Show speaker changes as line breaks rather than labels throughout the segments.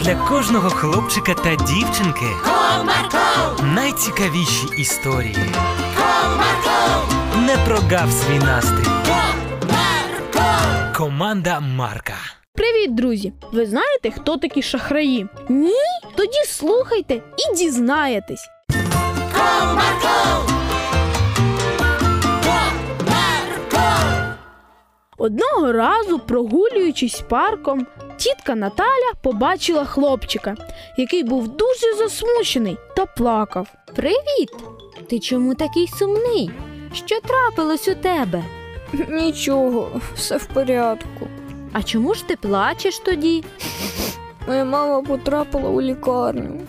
для кожного хлопчика та дівчинки
Comarco,
найцікавіші історії.
comarco,
Не прогав свій настрій.
comarco.
Команда Марка.
Привіт, друзі! Ви знаєте, хто такі шахраї? Ні? Тоді слухайте і дізнаєтесь. Одного разу, прогулюючись парком, тітка Наталя побачила хлопчика, який був дуже засмучений та плакав.
Привіт! Ти чому такий сумний? Що трапилось у тебе?
Нічого, все в порядку.
А чому ж ти плачеш тоді?
Моя мама потрапила у лікарню.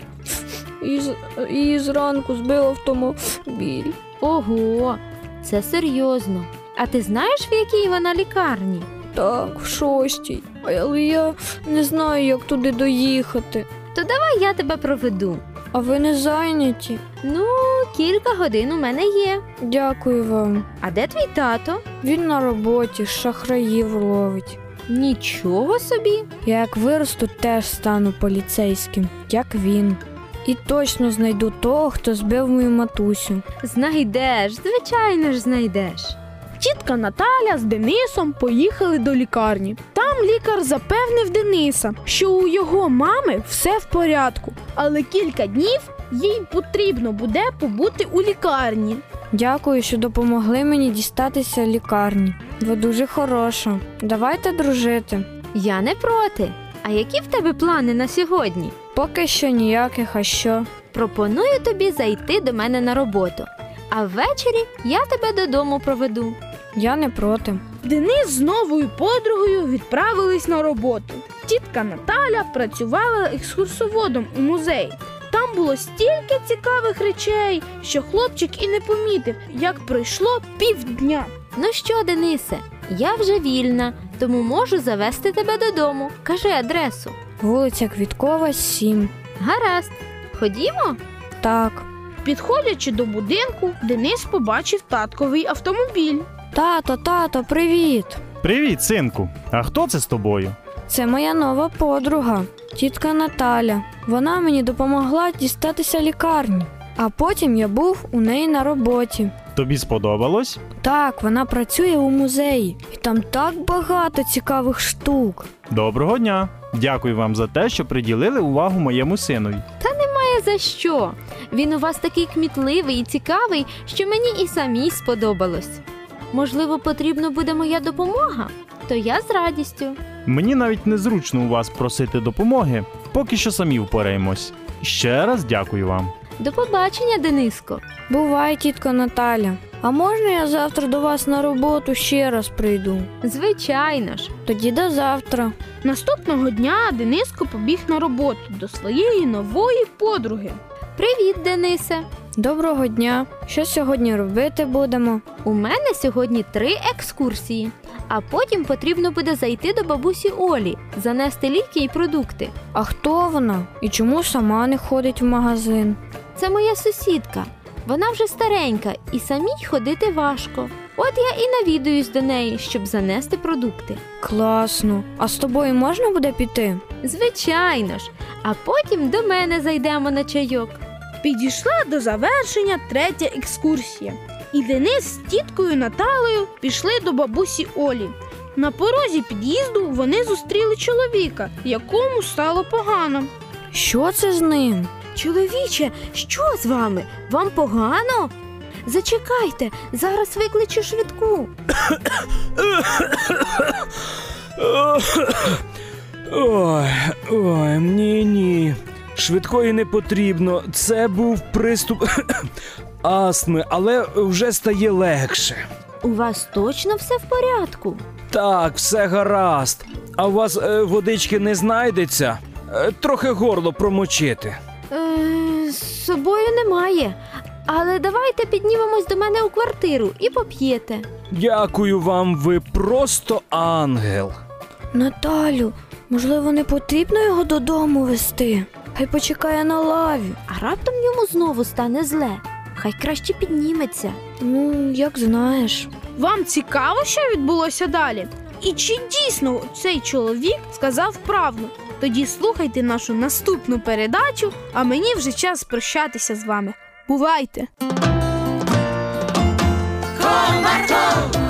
І з- Її зранку збив автомобіль.
Ого, це серйозно. А ти знаєш, в якій вона лікарні?
Так, в шостій. Але я не знаю, як туди доїхати.
А я тебе проведу.
А ви не зайняті?
Ну, кілька годин у мене є.
Дякую вам.
А де твій тато?
Він на роботі шахраїв ловить.
Нічого собі.
Я як виросту, теж стану поліцейським, як він. І точно знайду того, хто збив мою матусю.
Знайдеш, звичайно ж знайдеш.
Тітка Наталя з Денисом поїхали до лікарні. Там лікар запевнив Дениса, що у його мами все в порядку, але кілька днів їй потрібно буде побути у лікарні.
Дякую, що допомогли мені дістатися лікарні. Ви дуже хороша. Давайте дружити.
Я не проти. А які в тебе плани на сьогодні?
Поки що ніяких, а що.
Пропоную тобі зайти до мене на роботу. А ввечері я тебе додому проведу.
Я не проти.
Денис з новою подругою відправились на роботу. Тітка Наталя працювала екскурсоводом у музеї. Там було стільки цікавих речей, що хлопчик і не помітив, як пройшло півдня.
Ну що, Денисе, я вже вільна, тому можу завести тебе додому. Кажи адресу.
Вулиця Квіткова, 7.
Гаразд, ходімо?
Так.
Підходячи до будинку, Денис побачив татковий автомобіль.
Тато, тато, привіт!
Привіт, синку. А хто це з тобою?
Це моя нова подруга, тітка Наталя. Вона мені допомогла дістатися лікарні. А потім я був у неї на роботі.
Тобі сподобалось?
Так, вона працює у музеї, і там так багато цікавих штук.
Доброго дня! Дякую вам за те, що приділили увагу моєму синові.
Е, за що? Він у вас такий кмітливий і цікавий, що мені і самій сподобалось. Можливо, потрібна буде моя допомога, то я з радістю.
Мені навіть незручно у вас просити допомоги, поки що самі впораємось. Ще раз дякую вам.
До побачення, Дениско.
Бувай, тітка Наталя. А можна я завтра до вас на роботу ще раз прийду?
Звичайно ж.
Тоді до завтра.
Наступного дня Дениско побіг на роботу до своєї нової подруги.
Привіт, Денисе!
Доброго дня. Що сьогодні робити будемо?
У мене сьогодні три екскурсії, а потім потрібно буде зайти до бабусі Олі, занести ліки і продукти.
А хто вона? І чому сама не ходить в магазин?
Це моя сусідка. Вона вже старенька і самій ходити важко. От я і навідуюсь до неї, щоб занести продукти.
Класно. А з тобою можна буде піти?
Звичайно ж, а потім до мене зайдемо на чайок.
Підійшла до завершення третя екскурсія, і Денис з тіткою Наталею пішли до бабусі Олі. На порозі під'їзду вони зустріли чоловіка, якому стало погано.
Що це з ним?
Чоловіче, що з вами? Вам погано? Зачекайте, зараз викличу швидку.
Ой, ой, ні, ні. Швидкої не потрібно. Це був приступ астми, але вже стає легше.
У вас точно все в порядку.
Так, все гаразд. А у вас е, водички не знайдеться? Е, трохи горло промочити.
Е, з собою немає. Але давайте піднімемось до мене у квартиру і поп'єте.
Дякую вам, ви просто ангел.
Наталю, можливо, не потрібно його додому вести? Хай почекає на лаві.
А раптом йому знову стане зле. Хай краще підніметься.
Ну, як знаєш.
Вам цікаво, що відбулося далі? І чи дійсно цей чоловік сказав правду? Тоді слухайте нашу наступну передачу, а мені вже час прощатися з вами. Бувайте!
con Marco